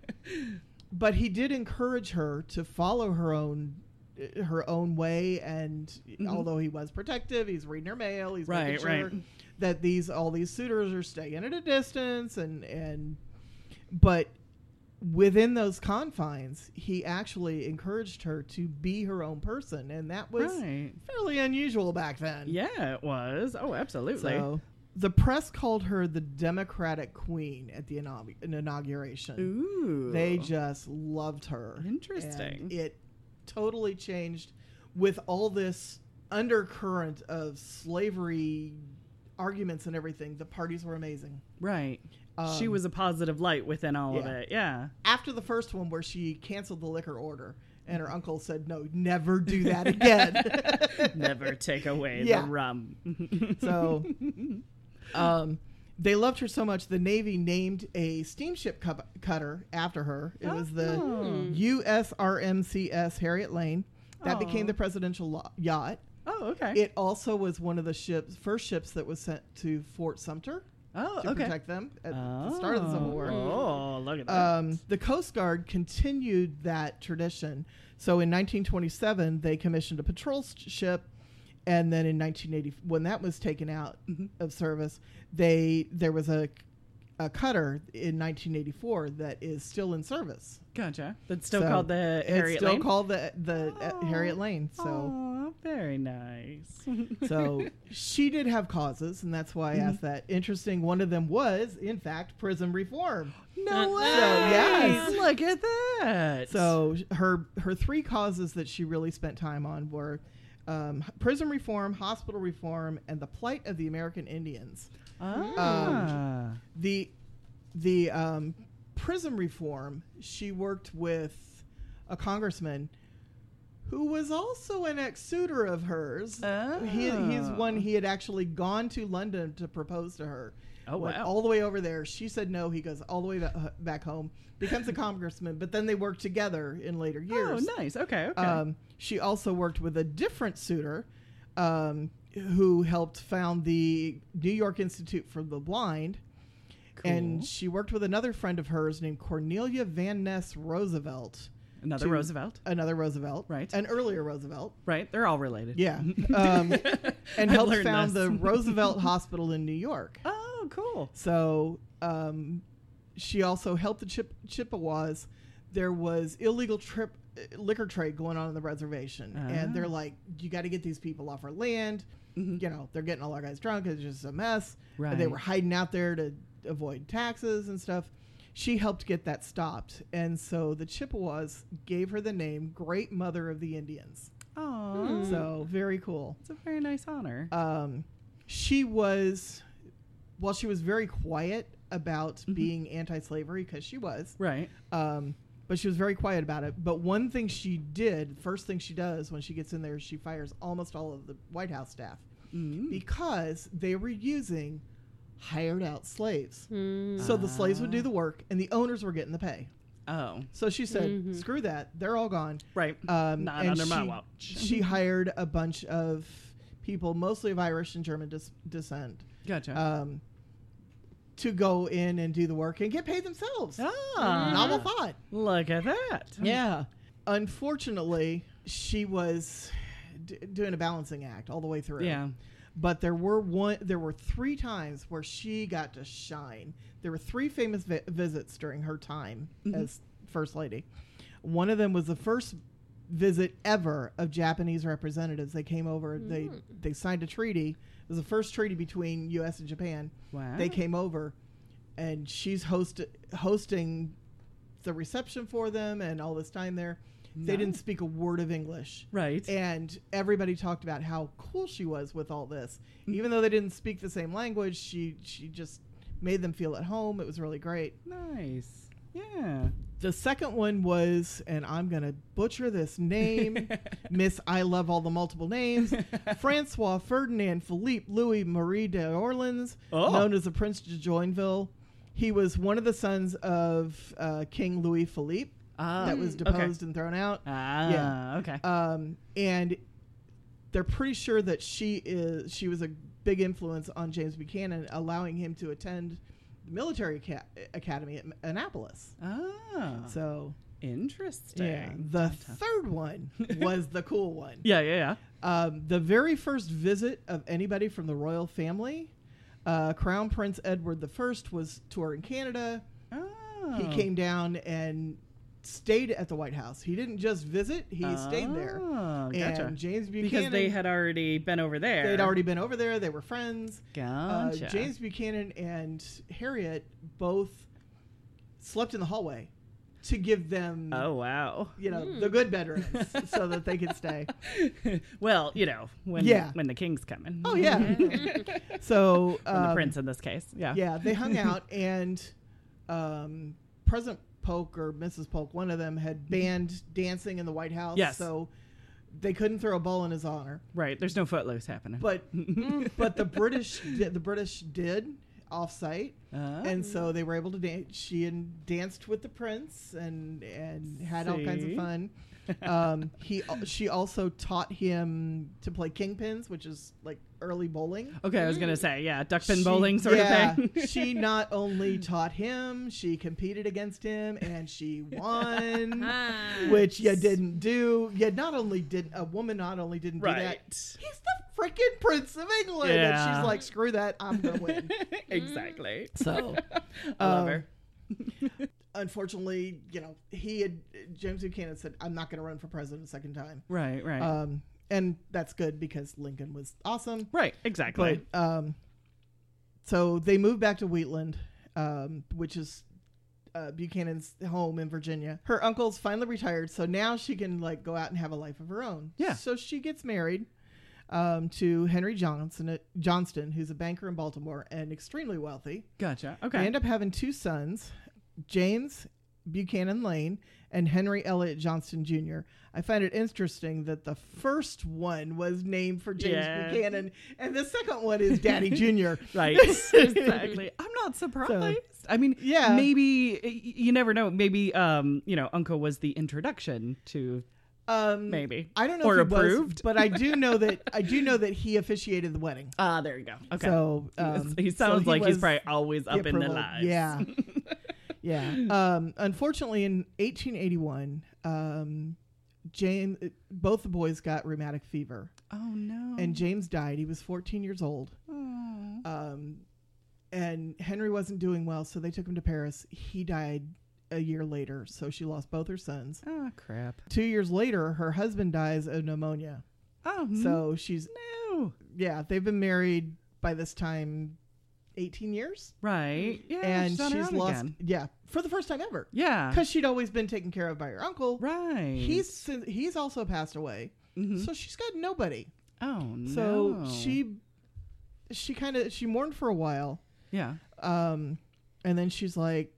Speaker 3: but he did encourage her to follow her own uh, her own way and although he was protective he's reading her mail he's making
Speaker 1: Mm-hmm. Right,
Speaker 3: sure
Speaker 1: right.
Speaker 3: that these all these suitors are staying at a distance and and but within those confines he actually encouraged her to be her own person and that was
Speaker 1: Right.
Speaker 3: fairly unusual back then
Speaker 1: Yeah, it was. Oh, absolutely.
Speaker 3: so the press called her the democratic queen at the inaug- an inauguration
Speaker 1: Ooh.
Speaker 3: they just loved her
Speaker 1: Interesting.
Speaker 3: And it totally changed with all this undercurrent of slavery arguments and everything the parties were amazing
Speaker 1: right. she
Speaker 3: Um,
Speaker 1: was a positive light within all of
Speaker 3: yeah.
Speaker 1: it. Yeah.
Speaker 3: after the first one where she canceled the liquor order And her uncle said, "No, never do that again."
Speaker 1: Never take away
Speaker 3: Yeah.
Speaker 1: the rum.
Speaker 3: so, um, they loved her so much the Navy named a steamship cu- cutter after her. It was the
Speaker 1: Oh.
Speaker 3: USRMCS Harriet Lane. That became the presidential lo- yacht.
Speaker 1: Oh, okay.
Speaker 3: It also was one of the ships, first ships that was sent to Fort Sumter
Speaker 1: oh,
Speaker 3: to
Speaker 1: okay.
Speaker 3: protect them at the start of the Civil War.
Speaker 1: Oh, look at that.
Speaker 3: Um, the Coast Guard continued that tradition. So in 1927, they commissioned a patrol s- ship, and then in 1980, when that was taken out of service, they there was a a cutter in 1984 that is still in service.
Speaker 1: gotcha. That's still
Speaker 3: So
Speaker 1: called the Harriet
Speaker 3: it's still
Speaker 1: Lane.
Speaker 3: called the the uh, Harriet Lane. So.
Speaker 1: Oh, very nice.
Speaker 3: So she did have causes, and that's why I
Speaker 1: Mm-hmm.
Speaker 3: asked that. Interesting, one of them was, in fact, prison reform.
Speaker 1: no way.
Speaker 3: yes.
Speaker 1: Uh, Look at that.
Speaker 3: So her her three causes that she really spent time on were um, prison reform, hospital reform, and the plight of the American Indians. Um,
Speaker 1: Ah.
Speaker 3: The the um, prison reform she worked with a congressman who was also an ex suitor of hers. He, he's
Speaker 1: Oh.
Speaker 3: one he had actually gone to London to propose to her.
Speaker 1: Oh,
Speaker 3: Went
Speaker 1: wow.
Speaker 3: All the way over there. She said no. He goes all the way ba- back home, becomes a congressman, but then they work together in later years.
Speaker 1: Oh, nice. Okay. Okay.
Speaker 3: Um, she also worked with a different suitor um, who helped found the New York Institute for the Blind. And she worked with another friend of hers named Cornelia Van Ness Roosevelt.
Speaker 1: Another
Speaker 3: to-
Speaker 1: Roosevelt.
Speaker 3: Another Roosevelt.
Speaker 1: Right.
Speaker 3: An earlier Roosevelt.
Speaker 1: Right. They're all related.
Speaker 3: Yeah. Um, and helped
Speaker 1: learned
Speaker 3: found
Speaker 1: this.
Speaker 3: the Roosevelt Hospital in New York.
Speaker 1: Oh, cool.
Speaker 3: So um, she also helped the Chip- Chippewas. There was illegal trip uh, liquor trade going on on the reservation, and they're like, "You got to get these people off our land." You know, they're getting all our guys drunk. It's just a mess. And They
Speaker 1: Right.
Speaker 3: were hiding out there to avoid taxes and stuff. She helped get that stopped, and so the Chippewas gave her the name Great Mother of the Indians.
Speaker 1: Oh,
Speaker 3: So very cool
Speaker 1: it's a very nice honor.
Speaker 3: um, she was while she was very quiet about being anti-slavery because she was
Speaker 1: right.
Speaker 3: um, but she was very quiet about it but one thing she did first thing she does when she gets in there is she fires almost all of the white house staff because they were using hired out slaves so the slaves would do the work and the owners were getting the pay
Speaker 1: Oh,
Speaker 3: so she said screw that they're all gone
Speaker 1: right.
Speaker 3: um,
Speaker 1: Not
Speaker 3: and
Speaker 1: under my
Speaker 3: she-
Speaker 1: watch.
Speaker 3: She hired a bunch of people, mostly of Irish and German dis- descent,
Speaker 1: Gotcha.
Speaker 3: um, to go in and do the work and get paid themselves.
Speaker 1: ah,
Speaker 3: Novel thought.
Speaker 1: look at that.
Speaker 3: Yeah. Unfortunately, she was d- doing a balancing act all the way through.
Speaker 1: Yeah.
Speaker 3: But there were one. There were three times where she got to shine. There were three famous vi- visits during her time as first lady. One of them was the first visit ever of Japanese representatives. They came over. They they signed a treaty. It was the first treaty between U.S. and Japan.
Speaker 1: Wow.
Speaker 3: They came over, and she's host- hosting the reception for them and all this time there. They didn't speak a word of English.
Speaker 1: Right.
Speaker 3: And everybody talked about how cool she was with all this. Even though they didn't speak the same language, she she just made them feel at home. It was really great.
Speaker 1: nice. Yeah.
Speaker 3: The second one was, and I'm going to butcher this name, Miss I Love All the Multiple Names, Francois Ferdinand Philippe Louis Marie d'Orleans,
Speaker 1: Oh.
Speaker 3: known as the Prince de Joinville. He was one of the sons of uh, King Louis Philippe
Speaker 1: Ah,
Speaker 3: that was deposed and thrown out.
Speaker 1: Ah,
Speaker 3: Yeah.
Speaker 1: okay.
Speaker 3: Um, and they're pretty sure that she is she was a big influence on James Buchanan, allowing him to attend the military ca- academy at Annapolis.
Speaker 1: ah,
Speaker 3: So
Speaker 1: interesting.
Speaker 3: the third one was the cool one.
Speaker 1: yeah, yeah, yeah.
Speaker 3: Um, the very first visit of anybody from the royal family, uh, Crown Prince Edward I was touring Canada.
Speaker 1: Oh.
Speaker 3: He came down and stayed at the White House. He didn't just visit; he stayed there.
Speaker 1: Ah, gotcha.
Speaker 3: And James Buchanan,
Speaker 1: because they had already been over there.
Speaker 3: they'd already been over there. They were friends. Uh,
Speaker 1: Gotcha.
Speaker 3: James Buchanan and Harriet both slept in the hallway to give them
Speaker 1: Oh wow.
Speaker 3: you know,
Speaker 1: Hmm.
Speaker 3: the good veterans so that they could stay.
Speaker 1: well, you know when
Speaker 3: Yeah.
Speaker 1: when the king's coming.
Speaker 3: Oh, yeah. so,
Speaker 1: When the
Speaker 3: um,
Speaker 1: prince in this case. Yeah.
Speaker 3: yeah, they hung out, and um, President Polk or Mrs. Polk, one of them, had banned dancing in the White House.
Speaker 1: Mm-hmm. Yes.
Speaker 3: So they couldn't throw a ball in his honor.
Speaker 1: Right. There's no footloose happening.
Speaker 3: But but the British did, the British did offsite,
Speaker 1: Ah.
Speaker 3: and so they were able to dance. She and danced with the prince and and had all kinds of
Speaker 1: See?
Speaker 3: fun. Um, he al- she also taught him to play kingpins, which is like early bowling.
Speaker 1: okay, I was gonna say yeah, duckpin
Speaker 3: She-
Speaker 1: bowling sort
Speaker 3: yeah,
Speaker 1: of thing.
Speaker 3: she not only taught him, she competed against him, and she won.
Speaker 6: Ah.
Speaker 3: Which you didn't do. You not only did a woman not only didn't do that.
Speaker 1: right.
Speaker 3: He's the freaking Prince of England, and
Speaker 1: Yeah.
Speaker 3: she's like, "Screw that, I'm gonna win."
Speaker 1: exactly.
Speaker 3: So,
Speaker 1: I love
Speaker 3: um,
Speaker 1: her.
Speaker 3: unfortunately, you know, he had James Buchanan said, "I'm not gonna run for president a second time,"
Speaker 1: Right. Right.
Speaker 3: um, and that's good because Lincoln was awesome.
Speaker 1: right. Exactly.
Speaker 3: But um, so they moved back to Wheatland, um, which is uh, Buchanan's home in Virginia. Her uncle's finally retired, so now she can like go out and have a life of her own.
Speaker 1: Yeah.
Speaker 3: So she gets married um, to Henry Johnson uh, Johnston, who's a banker in Baltimore and extremely wealthy.
Speaker 1: gotcha.
Speaker 3: They
Speaker 1: Okay.
Speaker 3: end up having two sons, James Buchanan Lane and Henry Elliott Johnston Jr. I find it interesting that the first one was named for James
Speaker 1: Yeah.
Speaker 3: Buchanan, and the second one is Daddy Jr.
Speaker 1: Right. exactly. I'm not surprised. I mean,
Speaker 3: Yeah.
Speaker 1: maybe eh, y- you never know. Maybe um, you know, Uncle was the introduction to
Speaker 3: Um,
Speaker 1: maybe.
Speaker 3: I don't know
Speaker 1: or
Speaker 3: if he was,
Speaker 1: approved.
Speaker 3: but I do know that I do know that he officiated the wedding.
Speaker 1: Ah, there you go. Okay.
Speaker 3: So
Speaker 1: He was-
Speaker 3: um,
Speaker 1: he
Speaker 3: so
Speaker 1: sounds like he's
Speaker 3: was-
Speaker 1: probably always up in the
Speaker 3: approval.
Speaker 1: lives.
Speaker 3: Yeah. yeah. Um, unfortunately, in 1881, um, James, both the boys got rheumatic fever,
Speaker 1: Oh no.
Speaker 3: and James died. He was 14 years old. Um, and Henry wasn't doing well, so they took him to Paris. He died a year later, so she lost both her sons.
Speaker 1: oh crap.
Speaker 3: Two years later, her husband dies of pneumonia.
Speaker 1: Oh
Speaker 3: So she's,
Speaker 1: no.
Speaker 3: yeah, they've been married by this time 18 years.
Speaker 1: Right. Yeah.
Speaker 3: and
Speaker 1: on her
Speaker 3: she's
Speaker 1: own
Speaker 3: lost,
Speaker 1: again.
Speaker 3: yeah, for the first time ever.
Speaker 1: Yeah.
Speaker 3: because she'd always been taken care of by her uncle.
Speaker 1: Right.
Speaker 3: He's he's also passed away, so she's got nobody.
Speaker 1: Oh no.
Speaker 3: So she she kind of she mourned for a while,
Speaker 1: Yeah.
Speaker 3: um, and then she's like,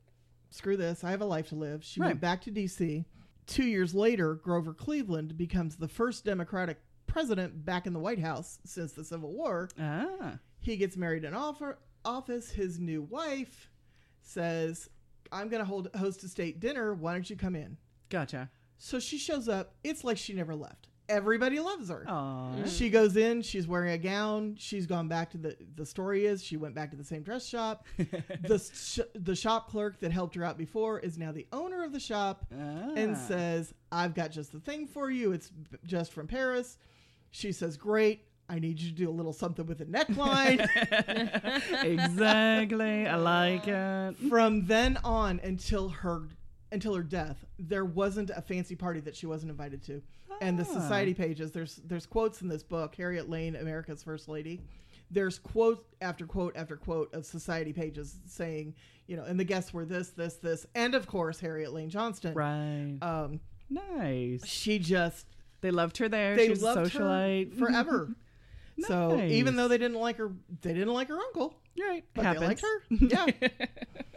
Speaker 3: "Screw this! I have a life to live." She went
Speaker 1: Right.
Speaker 3: back to D.C. Two years later, Grover Cleveland becomes the first Democratic president back in the White House since the Civil War.
Speaker 1: Ah.
Speaker 3: He gets married in offer, office. His new wife says, "I'm going to hold host a state dinner. Why don't you come in?"
Speaker 1: Gotcha.
Speaker 3: So she shows up. It's like she never left. Everybody loves her.
Speaker 4: Oh.
Speaker 1: Aw.
Speaker 3: She goes in. She's wearing a gown. She's gone back to the. The story is she went back to the same dress shop. the sh- The shop clerk that helped her out before is now the owner of the shop, and
Speaker 1: Ah.
Speaker 3: says, "I've got just the thing for you. It's b- just from Paris." She says, "Great. I need you to do a little something with the neckline."
Speaker 1: exactly. I like it.
Speaker 3: from then on until her until her death, there wasn't a fancy party that she wasn't invited to. And the
Speaker 1: Ah.
Speaker 3: society pages, there's there's quotes in this book, Harriet Lane, America's First Lady. There's quote after quote after quote of society pages saying, you know, and the guests were this, this, this, and of course Harriet Lane Johnston.
Speaker 1: Right.
Speaker 3: Um,
Speaker 1: nice.
Speaker 3: she just
Speaker 1: They loved her there.
Speaker 3: they
Speaker 1: she was a
Speaker 3: loved
Speaker 1: socialite.
Speaker 3: her forever. So even
Speaker 1: Nice.
Speaker 3: though they didn't like her, they didn't like her uncle.
Speaker 1: right.
Speaker 3: But
Speaker 1: Happens.
Speaker 3: they liked her.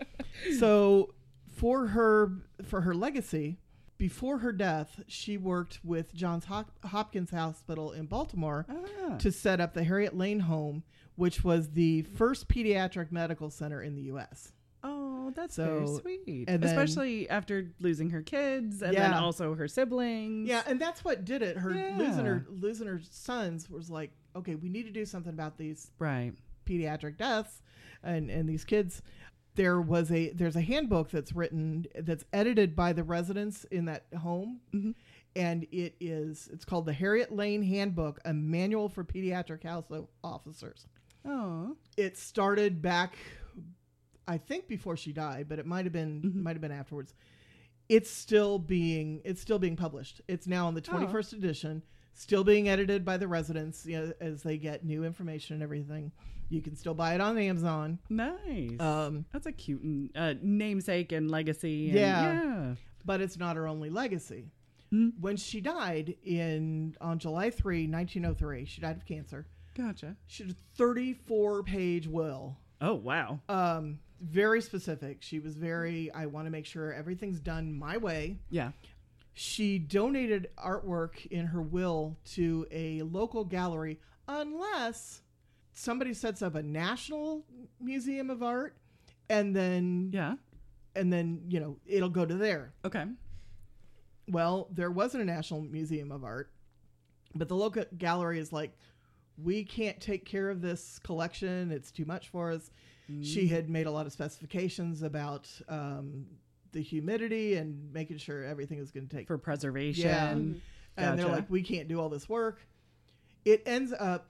Speaker 3: Yeah. so for her for her legacy, before her death, she worked with Johns Hop- Hopkins Hospital in Baltimore
Speaker 1: Ah.
Speaker 3: to set up the Harriet Lane Home, which was the first pediatric medical center in the U.S.
Speaker 1: Oh, that's
Speaker 3: So,
Speaker 1: very sweet.
Speaker 3: and then-
Speaker 1: Especially after losing her kids and then
Speaker 3: Yeah.
Speaker 1: also her siblings.
Speaker 3: Yeah, and that's what did it. Her losing
Speaker 1: Yeah.
Speaker 3: her losing her sons was like, okay, we need to do something about these
Speaker 1: Right.
Speaker 3: pediatric deaths and and these kids there was a there's a handbook that's written that's edited by the residents in that home
Speaker 1: Mm-hmm.
Speaker 3: and it is it's called the harriet lane handbook a manual for pediatric house O- officers
Speaker 1: Oh.
Speaker 3: it started back i think before she died but it might have been might have been afterwards it's still being it's still being published it's now in the 21st edition still being edited by the residents you know, as they get new information and everything you can still buy it on amazon
Speaker 1: Nice.
Speaker 3: um,
Speaker 1: that's a cute uh, namesake and legacy. and-
Speaker 3: Yeah.
Speaker 1: yeah. Hmm.
Speaker 3: but it's not her only legacy when she died in on july 3 1903 she died of cancer
Speaker 1: Gotcha.
Speaker 3: she had a 34 page will
Speaker 1: Oh, wow.
Speaker 3: um, very specific. She was very, I want to make sure everything's done my way.
Speaker 1: Yeah.
Speaker 3: She donated artwork in her will to a local gallery unless somebody sets up a national museum of art and then
Speaker 1: Yeah.
Speaker 3: and then, you know, it'll go to there.
Speaker 1: Okay.
Speaker 3: Well, there wasn't a National Museum of Art, but the local gallery is like, we can't take care of this collection. It's too much for us. She had made a lot of specifications about um, the humidity and making sure everything is going to take.
Speaker 1: For preservation.
Speaker 3: yeah. And they're
Speaker 1: Gotcha.
Speaker 3: like, we can't do all this work. It ends up,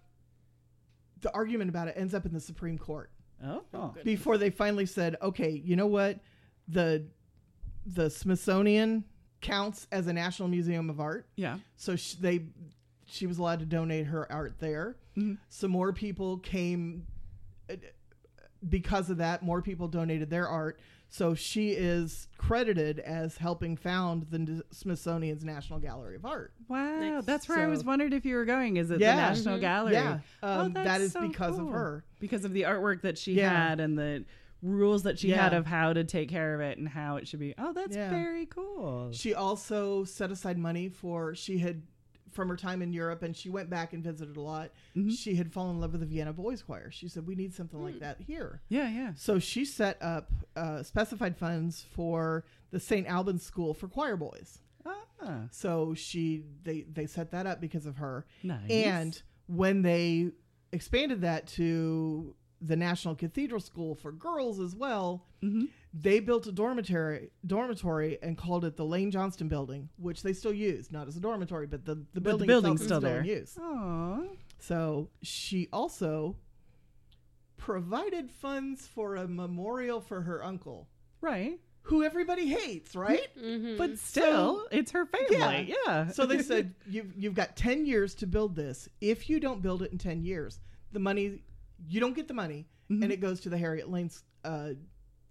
Speaker 3: the argument about it ends up in the Supreme Court
Speaker 1: Oh.
Speaker 3: before they finally said, "Okay, you know what? The the Smithsonian counts as a National Museum of Art."
Speaker 1: Yeah.
Speaker 3: So she, they she was allowed to donate her art there.
Speaker 1: Mm-hmm.
Speaker 3: Some more people came uh, because of that. More people donated their art. So she is credited as helping found the Smithsonian's National Gallery of Art.
Speaker 1: Wow.
Speaker 6: Nice.
Speaker 1: That's where I was
Speaker 3: So-
Speaker 1: wondering if you were going. Is it
Speaker 3: Yeah.
Speaker 1: the National Gallery?
Speaker 3: Yeah, um,
Speaker 1: that's
Speaker 3: that is
Speaker 1: so
Speaker 3: because of
Speaker 1: cool.
Speaker 3: her.
Speaker 1: Because of the artwork that she
Speaker 3: Yeah.
Speaker 1: had and the rules that she had
Speaker 3: Yeah.
Speaker 1: of how to take care of it and how it should be. Oh, that's
Speaker 3: Yeah.
Speaker 1: very cool.
Speaker 3: She also set aside money for she had from her time in Europe and she went back and visited a lot.
Speaker 1: Mm-hmm.
Speaker 3: She had fallen in love with the Vienna Boys Choir. She said, "We need something like that here."
Speaker 1: Hmm. Yeah. Yeah.
Speaker 3: So she set up uh, specified funds for the St. Albans School for Choir Boys.
Speaker 1: Ah.
Speaker 3: So she they they set that up because of her.
Speaker 1: Nice.
Speaker 3: And when they expanded that to the National Cathedral School for girls as well,
Speaker 1: Mm-hmm.
Speaker 3: they built a dormitory dormitory and called it the Lane Johnston Building, which they still use, not as a dormitory, but the, the building
Speaker 1: building's
Speaker 3: itself is
Speaker 1: still
Speaker 3: still
Speaker 1: there.
Speaker 3: in use.
Speaker 1: Aw.
Speaker 3: So she also provided funds for a memorial for her uncle,
Speaker 1: Right.
Speaker 3: who everybody hates, right?
Speaker 1: But still, it's her family. Yeah.
Speaker 3: So they said you've you've got ten years to build this. If you don't build it in ten years, the money you don't get the money,
Speaker 1: Mm-hmm.
Speaker 3: and it goes to the Harriet Lane's uh,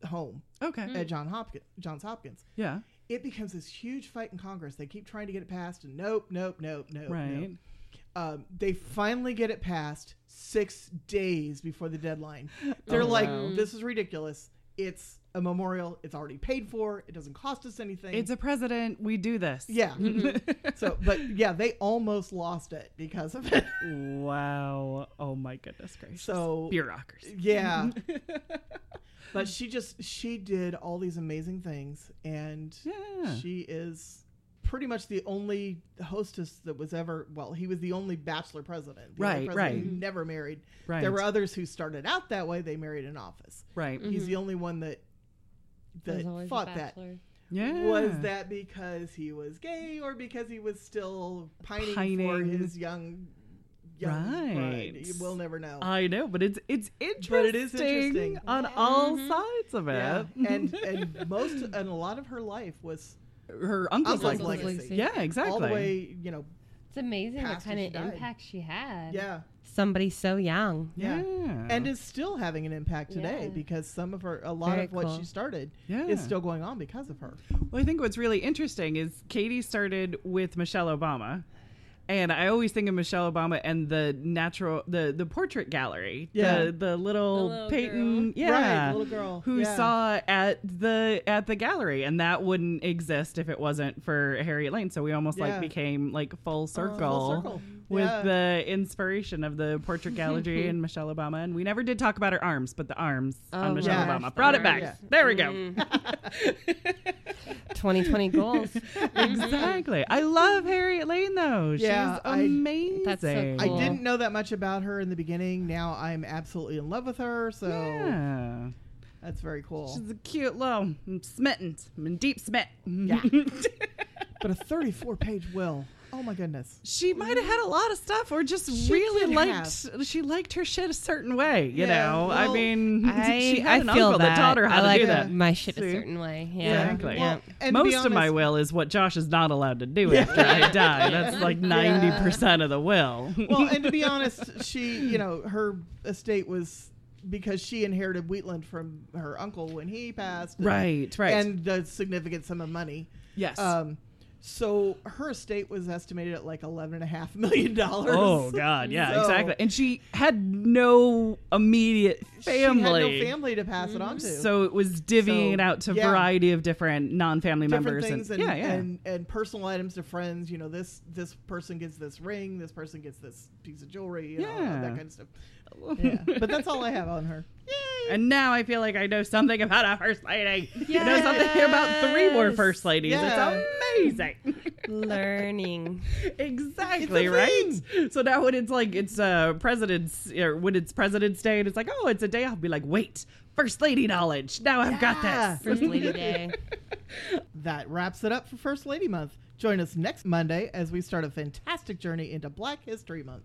Speaker 3: home
Speaker 1: okay.
Speaker 3: at John Hopkins, Johns Hopkins.
Speaker 1: Yeah.
Speaker 3: It becomes this huge fight in Congress. They keep trying to get it passed, and nope, nope, nope, nope.
Speaker 1: Right.
Speaker 3: nope. Um, they finally get it passed six days before the deadline. They're
Speaker 1: Oh,
Speaker 3: like, "This is ridiculous. It's a memorial. It's already paid for. It doesn't cost us anything.
Speaker 1: It's a president. We do this.
Speaker 3: Yeah.
Speaker 1: Mm-hmm.
Speaker 3: so, but yeah, they almost lost it because of it.
Speaker 1: Wow. Oh my goodness gracious.
Speaker 3: So-
Speaker 1: bureaucracy.
Speaker 3: Yeah. but she just she did all these amazing things and
Speaker 1: Yeah.
Speaker 3: she is pretty much the only hostess that was ever well, he was the only bachelor president. The only
Speaker 1: Right,
Speaker 3: president
Speaker 1: right.
Speaker 3: Who never married.
Speaker 1: Right.
Speaker 3: There were others who started out that way, they married in office.
Speaker 1: Right.
Speaker 3: He's the only one that that fought that.
Speaker 1: Yeah.
Speaker 3: Was that because he was gay or because he was still pining, for
Speaker 1: Pining.
Speaker 3: his young, young bride?
Speaker 1: Right.
Speaker 3: We'll never know.
Speaker 1: I know, but it's it's interesting. Ah,
Speaker 3: But it is interesting.
Speaker 1: on all sides of it.
Speaker 3: yeah. and and most and a lot of her life was
Speaker 1: Her
Speaker 3: uncle's
Speaker 1: uncle's like,
Speaker 5: Uncle's
Speaker 3: legacy.
Speaker 5: legacy.
Speaker 1: yeah, exactly.
Speaker 3: All the way, you know.
Speaker 5: It's amazing what
Speaker 3: Passed
Speaker 5: kind
Speaker 3: when she
Speaker 5: of
Speaker 3: died.
Speaker 5: impact she had.
Speaker 3: Yeah.
Speaker 5: Somebody so young.
Speaker 1: Yeah.
Speaker 3: And is still having an impact today
Speaker 5: Yeah.
Speaker 3: because some of her, a lot
Speaker 5: Very
Speaker 3: of what
Speaker 5: cool.
Speaker 3: she started
Speaker 1: Yeah.
Speaker 3: is still going on because of her.
Speaker 1: Well, I think what's really interesting is Katie started with Michelle Obama. And I always think of Michelle Obama and the natural, the the portrait gallery,
Speaker 3: Yeah.
Speaker 1: the the little,
Speaker 6: The little
Speaker 1: Peyton,
Speaker 6: girl.
Speaker 1: yeah,
Speaker 3: Right, little girl,
Speaker 1: who
Speaker 3: yeah.
Speaker 1: saw at the at the gallery, and that wouldn't exist if it wasn't for Harriet Lane. So we almost
Speaker 3: Yeah.
Speaker 1: like became like Oh, full circle,
Speaker 3: circle.
Speaker 1: with
Speaker 3: Yeah.
Speaker 1: the inspiration of the portrait gallery and Michelle Obama. And we never did talk about her arms, but the arms
Speaker 5: Oh,
Speaker 1: on Michelle
Speaker 3: yeah.
Speaker 1: Obama brought it back.
Speaker 3: Yeah.
Speaker 1: There we go.
Speaker 5: 2020 goals.
Speaker 1: Exactly. I love Harriet Lane though.
Speaker 3: Yeah,
Speaker 1: She's
Speaker 3: I-
Speaker 1: amazing.
Speaker 5: That's so
Speaker 3: I
Speaker 5: Cool.
Speaker 3: didn't know that much about her in the beginning. Now I'm absolutely in love with her. So
Speaker 1: Yeah.
Speaker 3: that's very cool.
Speaker 1: She's a cute little I'm smitten. I'm in deep smit. Yeah.
Speaker 3: But a 34 page will. Oh my goodness.
Speaker 1: she might have had a lot of stuff or just
Speaker 3: She
Speaker 1: really
Speaker 3: did
Speaker 1: liked she liked her shit a certain way, you
Speaker 3: Yeah,
Speaker 1: know. I
Speaker 3: well,
Speaker 1: mean
Speaker 5: I,
Speaker 1: she had
Speaker 5: I
Speaker 1: an
Speaker 5: feel
Speaker 1: uncle that. taught her how
Speaker 5: I
Speaker 1: to
Speaker 5: like
Speaker 1: do that.
Speaker 5: my shit
Speaker 1: See?
Speaker 5: a certain way. Yeah.
Speaker 1: Exactly.
Speaker 5: Yeah.
Speaker 3: and to be
Speaker 1: Most of my
Speaker 3: honest-
Speaker 1: will is what Josh is not allowed to do after I die. That's like ninety percent of the will.
Speaker 3: well, and to be honest, she, you know, her estate was because she inherited Wheatland from her uncle when he passed. and-
Speaker 1: Right, right.
Speaker 3: And the significant sum of money.
Speaker 1: yes.
Speaker 3: Um, So her estate was estimated at like eleven and a half million dollars.
Speaker 1: Oh God, yeah,
Speaker 3: So-
Speaker 1: exactly. And she had no immediate family. Mm-hmm.
Speaker 3: She had no family to pass it on to.
Speaker 1: So it was divvying
Speaker 3: So,
Speaker 1: it out to a
Speaker 3: yeah.
Speaker 1: variety of different non-family
Speaker 3: different
Speaker 1: members
Speaker 3: things and,
Speaker 1: yeah, yeah.
Speaker 3: and and personal items to friends. You know, this this person gets this ring. This person gets this piece of jewelry. You know,
Speaker 1: Yeah.
Speaker 3: that kind of stuff. Yeah. but that's all I have on her.
Speaker 1: And now I feel like I know something about a first lady. I know something about three more
Speaker 5: Yes.
Speaker 1: first ladies.
Speaker 3: Yeah.
Speaker 1: It's amazing.
Speaker 5: Learning.
Speaker 1: exactly
Speaker 3: It's a
Speaker 1: right. So now when it's like it's uh president's or when it's President's Day and it's like oh it's a day I'll be like wait first lady knowledge now I've
Speaker 3: Yeah.
Speaker 1: got this.
Speaker 5: First Lady Day.
Speaker 3: Ah. That wraps it up for First Lady Month. Join us next Monday as we start a fantastic journey into Black History Month.